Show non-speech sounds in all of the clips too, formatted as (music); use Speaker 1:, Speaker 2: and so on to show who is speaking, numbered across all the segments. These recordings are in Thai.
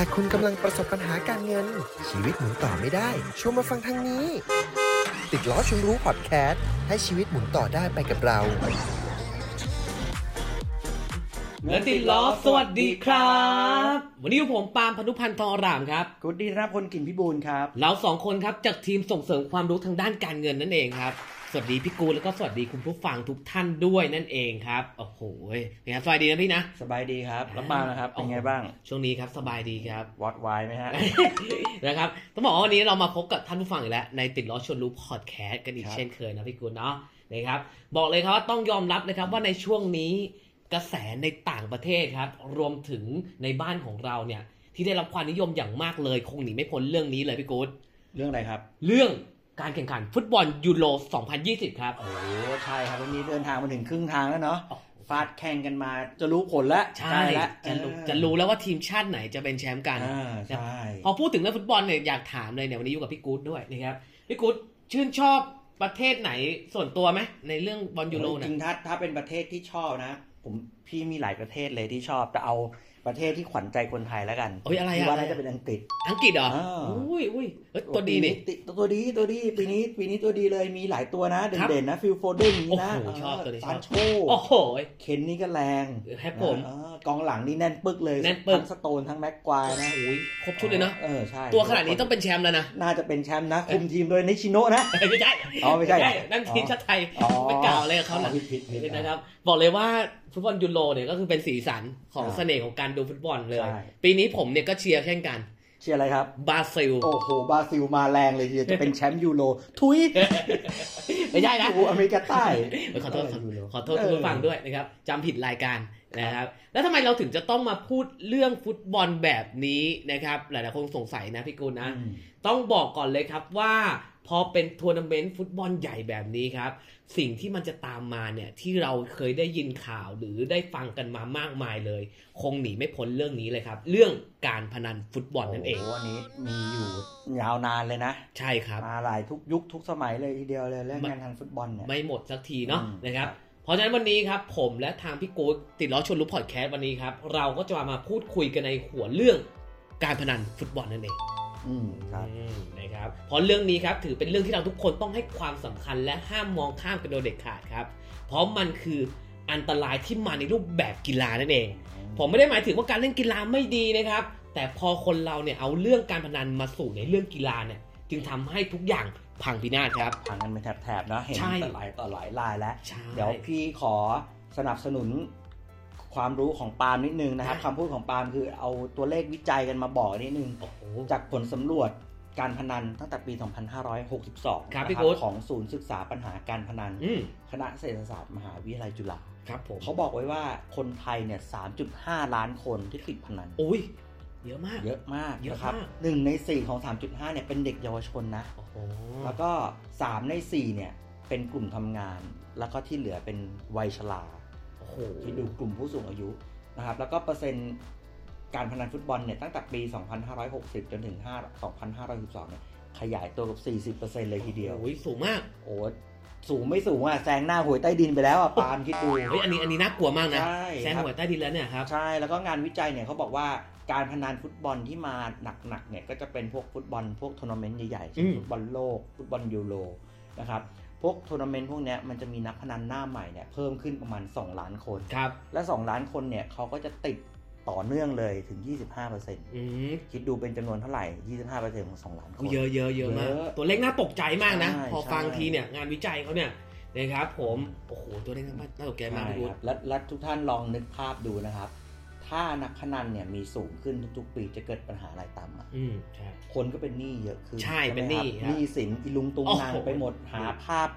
Speaker 1: ากคุณกำลังประสบปัญหาการเงิน ชีวิตหมุนต่อไม่ได้ ชวนมาฟังทางนี้ ติดล้อชวนรู้พอดแคสต์ให้ชีวิตหมุนต่อได้ไปกับเรา
Speaker 2: และติดล้อสวัสดีครับ วันนี้อยู่ผมปาล์มพนุพันธ์ทองอรามครับ
Speaker 3: กูดดีรับคนกลิ่นพิบูลครับ
Speaker 2: เราสองคนครับจากทีมส่งเสริมความรู้ทางด้านการเงินนั่นเองครับ สวัสดีพี่กูลแล้วก็สวัสดีคุณผู้ฟังทุกท่านด้วยนั่นเองครับโอ้โหเป็นไงสบายดีนะพี่นะ
Speaker 3: สบายดีครับแล้วมานะครับ เป็นไงบ้าง
Speaker 2: ช่วงนี้ครับสบายดีครับ
Speaker 3: วอดวายไหมฮะ
Speaker 2: นะครับต้องบอกว่าวันนี้เรามาพบกับท่านผู้ฟังอีกแล้ว ในติดล้อชวนรู้พอดแคสต์กันอีก
Speaker 3: ครับ
Speaker 2: เช่นเคยนะพี่กุลเนาะนะครับบอกเลยครับว่าต้องยอมรับนะครับว่าในช่วงนี้กระแสในต่างประเทศครับ รวมถึงในบ้านของเราเนี่ย ที่ได้รับความนิยมอย่างมากเลย คงหนีไม่พ้นเรื่องนี้เลยพี่กุล
Speaker 3: เรื่องอะไรครับ
Speaker 2: เรื่องการแข่งขันฟุตบอลยูโร 2020 ครับ
Speaker 3: โอ้โหใช่ครับวันนี้เดินทางมาถึงครึ่งทางแล้วเนาะ
Speaker 2: โอ้โห
Speaker 3: ฟาดแข่งกันมา จะรู้ผลแล้ว
Speaker 2: ใช่
Speaker 3: แล้ว
Speaker 2: จะรู้
Speaker 3: เออ
Speaker 2: จะรู้แล้วว่าทีมชาติไหนจะเป็นแชมป์กัน
Speaker 3: อ่าใช่
Speaker 2: พอพูดถึงเรื่องฟุตบอลเนี่ยอยากถามเลยเนี่ยวันนี้อยู่กับพี่กู๊ดด้วยนะครับพี่กู๊ดชื่นชอบประเทศไหนส่วนตัวไหมในเรื่องบอลยูโร
Speaker 3: จ
Speaker 2: เนี่ย
Speaker 3: ริงๆถ้าถ้าเป็นประเทศที่ชอบนะ ผมพี่มีหลายประเทศเลยที่ชอบ แต่เอาประเทศที่ขวัญใจคนไทยแล้วกัน
Speaker 2: โอ้ยอะไร
Speaker 3: คิด
Speaker 2: อะ
Speaker 3: ว่าน่าจะเป็นอังกฤษ
Speaker 2: อังกฤษเหรอ
Speaker 3: อ่า
Speaker 2: อุ้ยอุ้ยเอ้ยตัวดีนี่
Speaker 3: ติตัวดีตัวดีปีนี้ปีนี้ตัวดีเลยมีหลายตัวนะ
Speaker 2: ครับ
Speaker 3: เด่นๆนะฟิลโฟเดน
Speaker 2: โอ้โห
Speaker 3: นะ
Speaker 2: ชอบตัวนี้ชอบ
Speaker 3: ซานโช
Speaker 2: โอ้โห
Speaker 3: เคนนี่ก็แรง
Speaker 2: ครับผม
Speaker 3: เออกองหลังนี่แน่นปึกเลย
Speaker 2: แน่นปึก
Speaker 3: ทั้งสโตนทั้งแม็กควายนะ
Speaker 2: โอ้ยครบชุดเลยเนาะ
Speaker 3: เออใช่
Speaker 2: ตัวขนาดนี้ต้องเป็นแชมป์แล้วนะ
Speaker 3: น่าจะเป็นแชมป์นะ คุมทีมโดยนิชิโนะนะ
Speaker 2: เอ้ยไม่ใช่
Speaker 3: อ๋อไม่ใช่เหรอ
Speaker 2: นั่นทีมชาติไทย
Speaker 3: อ๋อ
Speaker 2: ไม่กล่าวเลยกับเขาหรอก
Speaker 3: อ๋อผิดผิดผิด
Speaker 2: นะครับ บอกเลยว่าฟุตบอลยูโรเนี่ยก็คือเป็นสีสันของ
Speaker 3: อ่า
Speaker 2: เสน่ห์ของการดูฟุตบอลเลย
Speaker 3: ใช่
Speaker 2: ปีนี้ผมเนี่ยก็เชียร์เช่นกัน
Speaker 3: เชียร์อะไรครับ
Speaker 2: บราซิล
Speaker 3: โอ้โหบราซิลมาแรงเลยทีเดียวจะ
Speaker 2: (laughs)
Speaker 3: เป็นแชมป์ยูโรทุย
Speaker 2: ไม่ใช่นะ
Speaker 3: อยู่อเมริกาใต้
Speaker 2: เอ้ยขอโทษขอ
Speaker 3: ยูโร
Speaker 2: ขอโทษคุณผู้ฟังด้วยนะครับจำผิดรายการนะครับ แล้วทำไมเราถึงจะต้องมาพูดเรื่องฟุตบอลแบบนี้นะครับ หลายๆคนสงสัยนะพี่กุลนะ
Speaker 3: อืม
Speaker 2: ต้องบอกก่อนเลยครับว่าพอเป็นทัวร์นาเมนต์ฟุตบอลใหญ่แบบนี้ครับ สิ่งที่มันจะตามมาเนี่ยที่เราเคยได้ยินข่าวหรือได้ฟังกันมามากมายเลย คงหนีไม่พ้นเรื่องนี้เลยครับ เรื่องการพนันฟุตบอลนั่นเอง
Speaker 3: โโหอันนี้มีอยู่ยาวนานเลยนะ
Speaker 2: ใช่ครับ
Speaker 3: มาหลายทุกยุคทุกสมัยเลยทีเดียวเลยเรื่อง
Speaker 2: มัน
Speaker 3: งานทางฟุตบอลเนี่ย
Speaker 2: ไม่หมดสักทีเนาะ
Speaker 3: อืม
Speaker 2: นะครั
Speaker 3: ค
Speaker 2: บ
Speaker 3: รับ
Speaker 2: เพราะฉะนั้นวันนี้ครับ ผมและทางพี่กู๊ดติดล้อชวนรู้พอดแคสต์วันนี้ครับ เราก็จะมาพูดคุยกันในหัวเรื่องการพนันฟุตบอลนั่นเอง
Speaker 3: อืมครับ
Speaker 2: อืมนะครับเพราะเรื่องนี้ครับถือเป็นเรื่องที่เราทุกคนต้องให้ความสำคัญและห้ามมองข้ามกันโดยเด็ดขาดครับ เพราะมันคืออันตรายที่มาในรูปแบบกีฬานั่นเอง ผมไม่ได้หมายถึงว่าการเล่นกีฬาไม่ดีนะครับ แต่พอคนเราเนี่ยเอาเรื่องการพนันมาสู่ในเรื่องกีฬาเนี่ยจึงทำให้ทุกอย่างพังพินาศครับ
Speaker 3: พังกันเป็นแถบๆเนาะเห็น
Speaker 2: ใช่
Speaker 3: แต่หลายต่อหลายลายแล้ว
Speaker 2: ใช่
Speaker 3: เดี๋ยวพี่ขอสนับสนุนความรู้ของปาล์มนิดนึงนะครับ
Speaker 2: ได้
Speaker 3: คำพูดของปาล์มคือเอาตัวเลขวิจัยกันมาบอกนิดนึง
Speaker 2: โอ้โห
Speaker 3: จากผลสำรวจการพนันตั้งแต่ปี 2562
Speaker 2: ครับ
Speaker 3: นะ
Speaker 2: พี่โค้ช
Speaker 3: ของศูนย์ศึกษาปัญหาการพนัน
Speaker 2: อืม
Speaker 3: คณะเศรษฐศาสตร์มหาวิทยาลัยจุฬา
Speaker 2: ครับผม
Speaker 3: เขาบอกไว้ว่าคนไทยเนี่ย 3.5 ล้านคนที่ติดพนัน
Speaker 2: อุ้ยเยอะมาก
Speaker 3: เยอะมาก
Speaker 2: เยอะ
Speaker 3: นะครับ
Speaker 2: มาก
Speaker 3: หนึ่งในสี่ของ 3.5เนี่ยเป็นเด็กเยาวชนนะ
Speaker 2: โอ้โห
Speaker 3: แล้วก็ 3 ใน 4 เนี่ย เป็นกลุ่มทำงาน แล้วก็ที่เหลือเป็นวัยชรา
Speaker 2: โอ้โห
Speaker 3: ที่ดูกลุ่มผู้สูงอายุนะครับ แล้วก็เปอร์เซ็นต์การพนันฟุตบอลเนี่ยตั้งแต่ปี 2560 จนถึง5 2512เนี่ยขยายตัวกับ 40%เลยทีเดียว
Speaker 2: โอ้ยสูงมาก
Speaker 3: โอ้สูงไม่สูงอ่ะ แซงหน้าหวยใต้ดินไปแล้วอ่ะ ปาล์มคิดดู
Speaker 2: เฮ้ยอันนี้อันนี้น่ากลัวมากนะ
Speaker 3: ใช่
Speaker 2: แซง
Speaker 3: ครับ
Speaker 2: หวยใต้ดินแล้วเนี่ยครับ
Speaker 3: ใช่ แล้วก็งานวิจัยเนี่ยเขาบอกว่าการพนันฟุตบอลที่มาหนักๆเนี่ยก็จะเป็นพวกฟุตบอลพวกทัวร์นาเมนต์ใหญ่ๆเช่
Speaker 2: อื
Speaker 3: น
Speaker 2: ม
Speaker 3: ฟุตบอลโลก ฟุตบอลยูโรนะครับพวกทัวร์นาเมนต์พวกเนี้ยมันจะมีนักพนันหน้าใหม่เนี่ยเพิ่มขึ้นประมาณ 2 ล้านคน
Speaker 2: ครับ
Speaker 3: และ 2 ล้านคนเนี่ยเขาก็จะติดต่อเนื่องเลยถึง 25%
Speaker 2: อืม
Speaker 3: คิดดูเป็นจำนวนเท่าไหร่ 25%ของ 2 ล้านค
Speaker 2: โอ้
Speaker 3: น
Speaker 2: เยอะเยอะเยอะมาก
Speaker 3: เยอะ
Speaker 2: ตัวเลขน่าตกใจมากนะ
Speaker 3: ใช่
Speaker 2: พอฟัง
Speaker 3: ใช่
Speaker 2: ทีเนี่ยงานวิจัยเขาเนี่ยนะครับ ผมโอ้โหตัวเลขน่าตกใจมาก
Speaker 3: ใช่
Speaker 2: พี่กู
Speaker 3: ครับและและทุกท่านลองนึกภาพดูนะครับ ถ้านักพนันเนี่ยมีสูงขึ้นทุกๆ ปีจะเกิดปัญหาอะไรตามมา
Speaker 2: อืมใช่
Speaker 3: คนก็เป็นหนี้เยอะขึ้น
Speaker 2: ใช่
Speaker 3: ไหม
Speaker 2: เป็นหนี้
Speaker 3: ค
Speaker 2: ค
Speaker 3: รับ
Speaker 2: รั
Speaker 3: บ หนี้สินอีลุงตุงนาง
Speaker 2: โอ้โห
Speaker 3: ไปหมดหาภาพ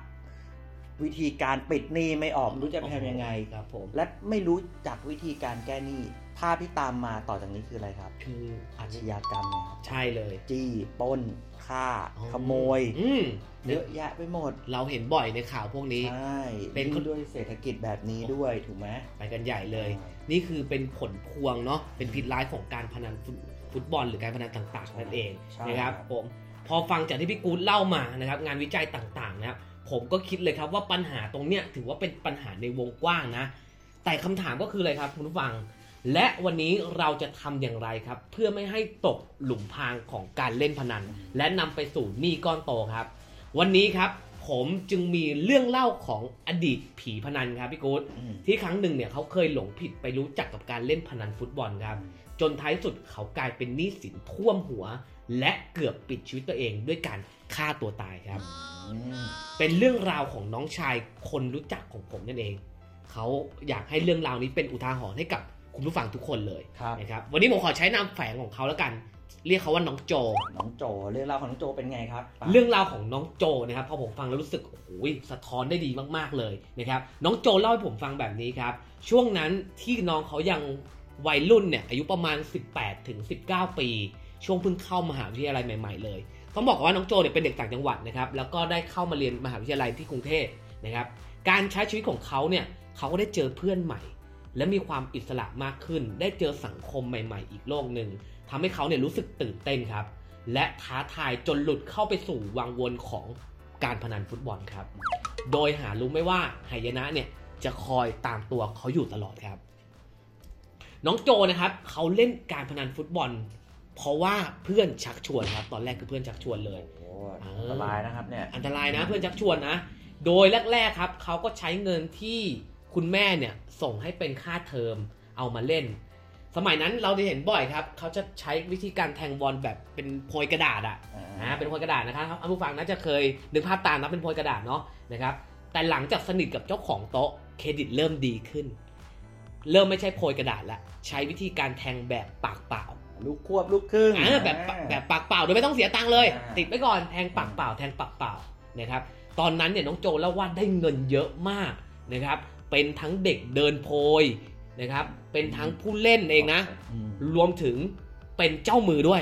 Speaker 3: วิธีการปิดหนี้ไม่ออกไม่รู้จะ
Speaker 2: โอ้โห
Speaker 3: ทำยังไง
Speaker 2: ครับผม
Speaker 3: และไม่รู้จักวิธีการแก้หนี้ภาพที่ตามมาต่อจากนี้คืออะไรครับ
Speaker 2: คืออา
Speaker 3: อา
Speaker 2: ช
Speaker 3: ช
Speaker 2: ญา
Speaker 3: ญากรรมนะครับ
Speaker 2: ใช่เลย
Speaker 3: จี้ปล้นฆ่า ขโมย
Speaker 2: อืม
Speaker 3: เยอะแยะไปหมด
Speaker 2: เราเห็นบ่อยในข่าวพวกนี้
Speaker 3: ใช่
Speaker 2: เป็นค
Speaker 3: ยิ่
Speaker 2: น
Speaker 3: งด้วยเศรษฐกิจแบบนี้ด้วยถูกไหม
Speaker 2: ไปกันใหญ่เลย นี่คือเป็นผลพวงเนาะเป็นพิษร้ายของการพนันฟุตฟุตบอลหรือการพนันต่างๆ นั่นเอง
Speaker 3: ใช่
Speaker 2: นะครับ
Speaker 3: ครับ
Speaker 2: ผมพอฟังจากที่พี่กู๊ดเล่ามานะครับงานวิจัยต่างๆนะครับผมก็คิดเลยครับว่าปัญหาตรงเนี้ยถือว่าเป็นปัญหาในวงกว้างนะ แต่คำถามก็คืออะไรครับคุณผู้ฟัง และวันนี้เราจะทำอย่างไรครับ เพื่อไม่ให้ตกหลุมพรางของการเล่นพนัน และนำไปสู่หนี้ก้อนโตครับ วันนี้ครับผมจึงมีเรื่องเล่าของอดีตผีพนันครับพี่กู๊ด
Speaker 3: อืม
Speaker 2: ที่ครั้งหนึ่งเนี่ยเขาเคยหลงผิดไปรู้จักกับการเล่นพนันฟุตบอลครับ จนท้ายสุดเขากลายเป็นหนี้สินท่วมหัว และเกือบปิดชีวิตตัวเองด้วยการฆ่าตัวตายครับ
Speaker 3: อืม
Speaker 2: เป็นเรื่องราวของน้องชายคนรู้จักของผมนั่นเอง เขาอยากให้เรื่องราวนี้เป็นอุทาหรณ์ให้กับคุณผู้ฟังทุกคนเลย
Speaker 3: ครับ
Speaker 2: นะครับ วันนี้ผมขอใช้นามแฝงของเขาแล้วกัน เรียกเขาว่าน้องโจ
Speaker 3: น้องโจเรื่องราวของน้องโจเป็นไงครับปะ
Speaker 2: เรื่องราวของน้องโจนะครับพอผมฟังแล้วรู้สึกโอ้โหสะท้อนได้ดีมากๆเลยนะครับน้องโจเล่าให้ผมฟังแบบนี้ครับช่วงนั้นที่น้องเขายังวัยรุ่นเนี่ยอายุประมาณ 18ถึง19 ปี ช่วงเพิ่งเข้ามหาวิทยาลัยใหม่ ๆ เลยต้องบอกว่าน้องโจเนี่ยเป็นเด็กต่างจังหวัดนะครับแล้วก็ได้เข้ามาเรียนมหาวิทยาลัยที่กรุงเทพนะครับการใช้ชีวิตของเขาเนี่ยเขาก็ได้เจอเพื่อนใหม่ และมีความอิสระมากขึ้น ได้เจอสังคมใหม่ ๆ อีกโลกหนึ่งทำให้เขาเนี่ยรู้สึกตื่นเต้นครับ และท้าทายจนหลุดเข้าไปสู่วังวนของการพนันฟุตบอลครับ โดยหารู้ไม่ว่าหายนะเนี่ยจะคอยตามตัวเขาอยู่ตลอดครับ น้องโจนะครับเขาเล่นการพนันฟุตบอล เพราะว่าเพื่อนชักชวนครับ ตอนแรกคือเพื่อนชักชวนเลย
Speaker 3: โอ้โหอันตรายนะครับเนี่ย
Speaker 2: อันตรายนะเพื่อนชักชวนนะ โดยแรกๆครับเขาก็ใช้เงินที่คุณแม่เนี่ยส่งให้เป็นค่าเทอมเอามาเล่น สมัยนั้นเราได้เห็นบ่อยครับเขาจะใช้วิธีการแทงบอลแบบเป็นโพยกระดาษอะ
Speaker 3: อ่า
Speaker 2: อ่าเป็นโพยกระดาษนะครับท่านผู้ฟังน่าจะเคยนึกภาพตามนะเป็นโพยกระดาษเนาะนะครับ แต่หลังจากสนิทกับเจ้าของโต๊ะเครดิตเริ่มดีขึ้น เริ่มไม่ใช่โพยกระดาษละใช้วิธีการแทงแบบปากเปล่า
Speaker 3: ลูกควบลูกครึ่ง
Speaker 2: อ่าแบบปะแบบปากเปล่าโดยไม่ต้องเสียตังค์เลย
Speaker 3: อ่า
Speaker 2: ติดไปก่อนแทงปากเปล่าแทงปากเปล่านะครับ ตอนนั้นเนี่ยน้องโจเล่าว่าได้เงินเยอะมากนะครับ เป็นทั้งเด็กเดินโพยนะครับ เป็นทั้งผู้เล่นเองนะ
Speaker 3: อืม
Speaker 2: รวมถึงเป็นเจ้ามือด้วย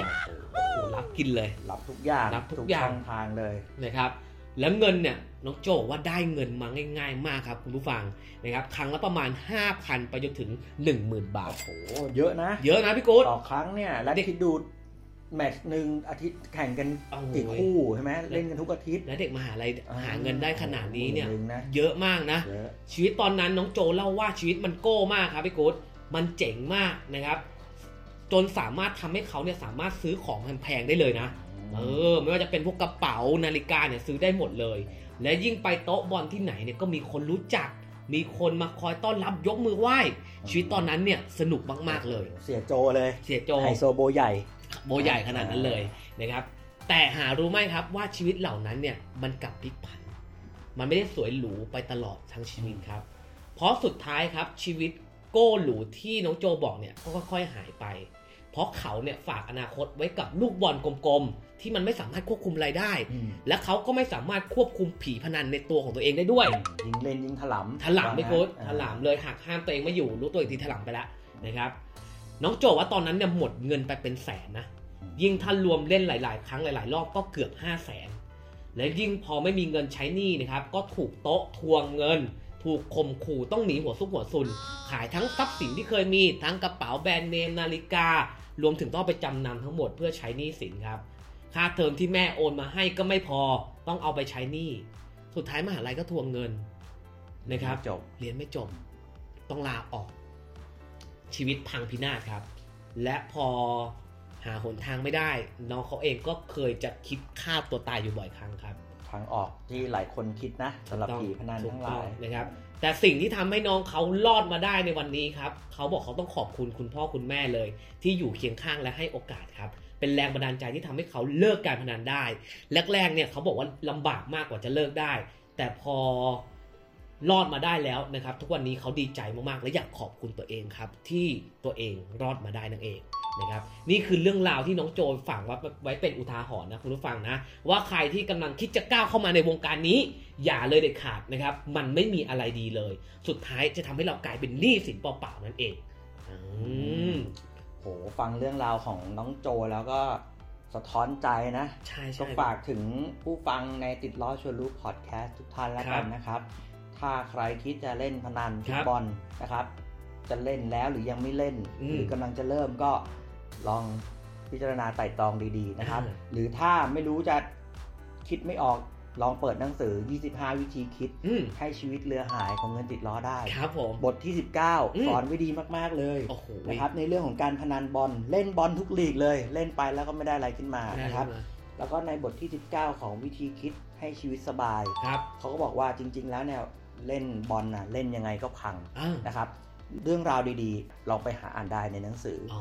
Speaker 2: โอ้โหรับกินเลย
Speaker 3: รับทุกอย่าง
Speaker 2: รับทุกอย่าง
Speaker 3: ช่ทางเลย
Speaker 2: นะครับแล้วเงินเนี่ยน้องโจบอกว่าได้เงินมาง่ายๆมากครับคุณผู้ฟังนะครับครั้งละประมาณ 5,000 ไปจนถึง 10,000 บาท
Speaker 3: โอ้โหเยอะนะ
Speaker 2: เยอะนะพี่กู๊ด
Speaker 3: ต่อครั้งเนี่ย แล้ว
Speaker 2: เด็ก
Speaker 3: คิดดู แมตช์หนึ่งอาทิตย์แข่งกัน
Speaker 2: โอ้โห
Speaker 3: กี่คู่ใช่ไหมเล่นกันทุกอาทิตย์
Speaker 2: และเด็กมหาลัยหาเงินได้ขนาดนี้เนี่ย
Speaker 3: หมื่หงนะ
Speaker 2: เยอะมากนะ
Speaker 3: เยอะ
Speaker 2: ชีวิตตอนนั้นน้องโจเล่าว่าชีวิตมันโก้มากครับพี่กู๊ดมันเจ๋งมากนะครับ จนสามารถทำให้เขาเนี่ยสามารถซื้อของแพงๆได้เลยนะ เออไม่ว่าจะเป็นพวกกระเป๋านาฬิกาเนี่ยซื้อได้หมดเลย และยิ่งไปโต๊ะบอลที่ไหนเนี่ยก็มีคนรู้จัก มีคนมาคอยต้อนรับยกมือไหว้ ชีวิตตอนนั้นเนี่ยสนุกมากๆเลย
Speaker 3: เสียโจเลย
Speaker 2: เสียโจ
Speaker 3: ไฮโซโบใหญ่
Speaker 2: โบใหญ่ขนาดนั้นเลยนะครับ แต่หารู้ไหมครับว่าชีวิตเหล่านั้นเนี่ยมันกลับพลิกผัน มันไม่ได้สวยหรูไปตลอดทั้งชีวิตครับ เพราะสุดท้ายครับชีวิตโก้หรูที่น้องโจบอกเนี่ยก็ค่อยๆหายไป เพราะเขาเนี่ยฝากอนาคตไว้กับลูกบอลกลมๆที่มันไม่สามารถควบคุมอะไรได้
Speaker 3: อืม
Speaker 2: และเขาก็ไม่สามารถควบคุมผีพนันในตัวของตัวเองได้ด้วย
Speaker 3: ยิงเล่นยิงถลำ
Speaker 2: ถลำไม่โค้ด
Speaker 3: อ่า
Speaker 2: ถลำเลยหักห้ามตัวเองไม่อยู่ รู้ตัวอีกทีถลำไปแล้วนะครับ น้องโจว่าตอนนั้นเนี่ยหมดเงินไปเป็นแสนนะ ยิ่งถ้ารวมเล่นหลาย ๆ ครั้งหลาย ๆ รอบก็เกือบ5 0 0แสนและยิ่งพอไม่มีเงินใช้หนี้นะครับ ก็ถูกโต๊ะทวงเงิน ถูกข่มขู่ต้องหนีหัวซุกหัว
Speaker 3: (gasps)
Speaker 2: ซุน ขายทั้งทรัพย์สินที่เคยมีทั้งกระเป๋าแบรนด์เนมนาฬิกา รวมถึงต้องเอาไปจำนำทั้งหมดเพื่อใช้หนี้สินครับ ค่าเทอมที่แม่โอนมาให้ก็ไม่พอต้องเอาไปใช้หนี้ สุดท้ายมหาลัยก็ทวงเงินนะครับ
Speaker 3: จบ
Speaker 2: เรียนไม่จบ ต้องลาออก ชีวิตพังพินาศครับ และพอหาหนทางไม่ได้ น้องเขาเองก็เคยจะคิดฆ่าตัวตายอยู่บ่อยครั้งครับ
Speaker 3: ทางออกที่หลายคนคิดนะสำหรับผีพนันทั้งห
Speaker 2: ถูกต้
Speaker 3: ลา
Speaker 2: อย นะครับ แต่สิ่งที่ทำให้น้องเขารอดมาได้ในวันนี้ครับ เขาบอกเขาต้องขอบคุณคุณพ่อคุณแม่เลย ที่อยู่เคียงข้างและให้โอกาสครับ เป็นแรงบันดาลใจที่ทำให้เขาเลิกการพนันได้ แรกๆเนี่ยเขาบอกว่าลำบากมากกว่าจะเลิกได้ แต่พอรอดมาได้แล้วนะครับ ทุกวันนี้เขาดีใจมากๆ และอยากขอบคุณตัวเองครับ ที่ตัวเองรอดมาได้นั่นเองนะครับ นี่คือเรื่องราวที่น้องโจฝากไว้ไว้เป็นอุทาหรณ์นะคุณผู้ฟังนะ ว่าใครที่กำลังคิดจะก้าวเข้ามาในวงการนี้ อย่าเลยเด็ดขาดนะครับ มันไม่มีอะไรดีเลย สุดท้ายจะทำให้เรากลายเป็นหนี้สินเปล่าๆนั่นเองอืม
Speaker 3: โหฟังเรื่องราวของน้องโจแล้วก็สะท้อนใจนะ
Speaker 2: ใช่ใช่
Speaker 3: ก็ฝากถึงผู้ฟังในติดล้อชวนรู้พอดแคสต์ทุกท่านแล้วกันนะครับ ถ้าใครคิดจะเล่นพนัน
Speaker 2: ค
Speaker 3: ฟุ
Speaker 2: รั
Speaker 3: ต
Speaker 2: บบ
Speaker 3: อลนะครับ จะเล่นแล้วหรือยังไม่เล่น
Speaker 2: อืม
Speaker 3: หรือกำลังจะเริ่มก็ลองพิจารณาไต่ตรองดีๆนะครับ
Speaker 2: อ่า
Speaker 3: หรือถ้าไม่รู้จะคิดไม่ออก ลองเปิดหนังสือ 25 วิธีคิด
Speaker 2: อืม
Speaker 3: ให้ชีวิตเรือหายของเงินติดล้อได้
Speaker 2: ครับผม
Speaker 3: บทที่
Speaker 2: อืม
Speaker 3: 19 สอนไว้ดีมาก ๆ เลย
Speaker 2: โอ้โห
Speaker 3: นะครับในเรื่องของการพนันบอลเล่นบอลทุกลีกเลย เล่นไปแล้วก็ไม่ได้อะไรขึ้นมา
Speaker 2: ได้
Speaker 3: นะครับ
Speaker 2: มา
Speaker 3: แล้วก็ในบทที่ 19 ของวิธีคิดให้ชีวิตสบาย
Speaker 2: ครับ
Speaker 3: เขาก็บอกว่าจริง ๆ แล้วเนี่ยเล่นบอลนะเล่นยังไงก็พัง
Speaker 2: อ่า
Speaker 3: นะครับเรื่องราวดีๆ ลองไปหาอ่านได้ในหนังสืออ
Speaker 2: อ๋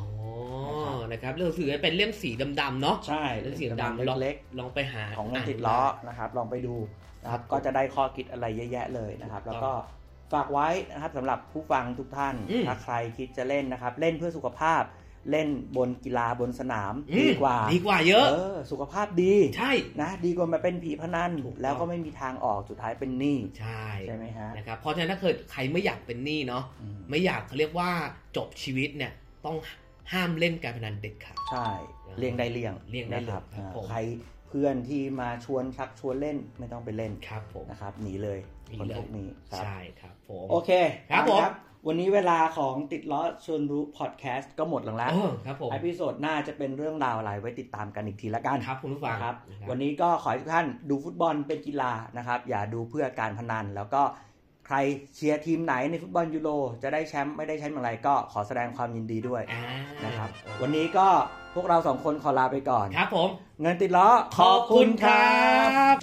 Speaker 2: อ
Speaker 3: นะครับ
Speaker 2: นะครับเรื่องสื่อเป็นเล่มสีดำๆเนาะ
Speaker 3: ใช่
Speaker 2: หนังสื
Speaker 3: สี
Speaker 2: อดำ
Speaker 3: เล็ก
Speaker 2: ลองไปหา
Speaker 3: ๆ ของเงิน
Speaker 2: าน
Speaker 3: ติดล้อ
Speaker 2: ไ
Speaker 3: นะครับลองไปดูนะครับ
Speaker 2: ครับ
Speaker 3: ก็จะได้ข้อคิดอะไรเยอะแยะเลยนะครับแล้วก็ฝากไว้นะครับสำหรับผู้ฟังทุกท่าน
Speaker 2: อืม
Speaker 3: ถ้าใครคิดจะเล่นนะครับ เล่นเพื่อสุขภาพ เล่นบนกีฬาบนสนาม
Speaker 2: อืม
Speaker 3: ดีกว่า
Speaker 2: ดีกว่าเยอะ
Speaker 3: เออสุขภาพดี
Speaker 2: ใช่
Speaker 3: นะดีกว่ามาเป็นผีพนัน
Speaker 2: ถูกต้อง
Speaker 3: แล้วก็ไม่มีทางออกสุดท้ายเป็นหนี้
Speaker 2: ใช่
Speaker 3: ใช่ไหมฮะ
Speaker 2: นะครับเพราะฉะนั้นถ้าเกิดใครไม่อยากเป็นหนี้เนาะ
Speaker 3: อืม
Speaker 2: ไม่อยากเขาเรียกว่าจบชีวิตเนี่ยต้องห้ามเล่นการพนันเด็ดขาด
Speaker 3: ใช่
Speaker 2: อ่า
Speaker 3: เลี่ยงได้เลี่ยง
Speaker 2: เลี่ยงได้
Speaker 3: นะครั
Speaker 2: เลยครับ
Speaker 3: อ่า
Speaker 2: ผม
Speaker 3: ใครเพื่อนที่มาชวนชักชวนเล่นไม่ต้องไปเล่น
Speaker 2: ครับผม
Speaker 3: นะครับหนีเลย
Speaker 2: หนี
Speaker 3: คน
Speaker 2: เลย
Speaker 3: พวกนี้ครับ
Speaker 2: ใช่ครับผม
Speaker 3: โอเค
Speaker 2: ครับผม
Speaker 3: วันนี้เวลาของติดล้อชวนรู้พอดแคสต์ก็หมดลงแล้ว
Speaker 2: เออครับผม
Speaker 3: ไอพิโซดหน้าจะเป็นเรื่องราวอะไรไว้ติดตามกันอีกทีละกัน
Speaker 2: ครับคุณผู้ฟัง
Speaker 3: นะครับ
Speaker 2: นะครับ
Speaker 3: วันนี้ก็ขอให้ทุกท่านดูฟุตบอลเป็นกีฬานะครับ อย่าดูเพื่อการพนัน แล้วก็ใครเชียร์ทีมไหนในฟุตบอลยูโรจะได้แชมป์ไม่ได้แชมป์อย่างไรก็ขอแสดงความยินดีด้วย
Speaker 2: อ่า
Speaker 3: นะครับวันนี้ก็พวกเราสองคนขอลาไปก่อน
Speaker 2: ครับผม
Speaker 3: เงินติดล้อ
Speaker 2: ขอบคุณครับ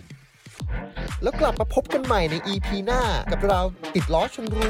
Speaker 1: แล้วกลับมาพบกันใหม่ใน EP หน้ากับเราติดล้อชนรู้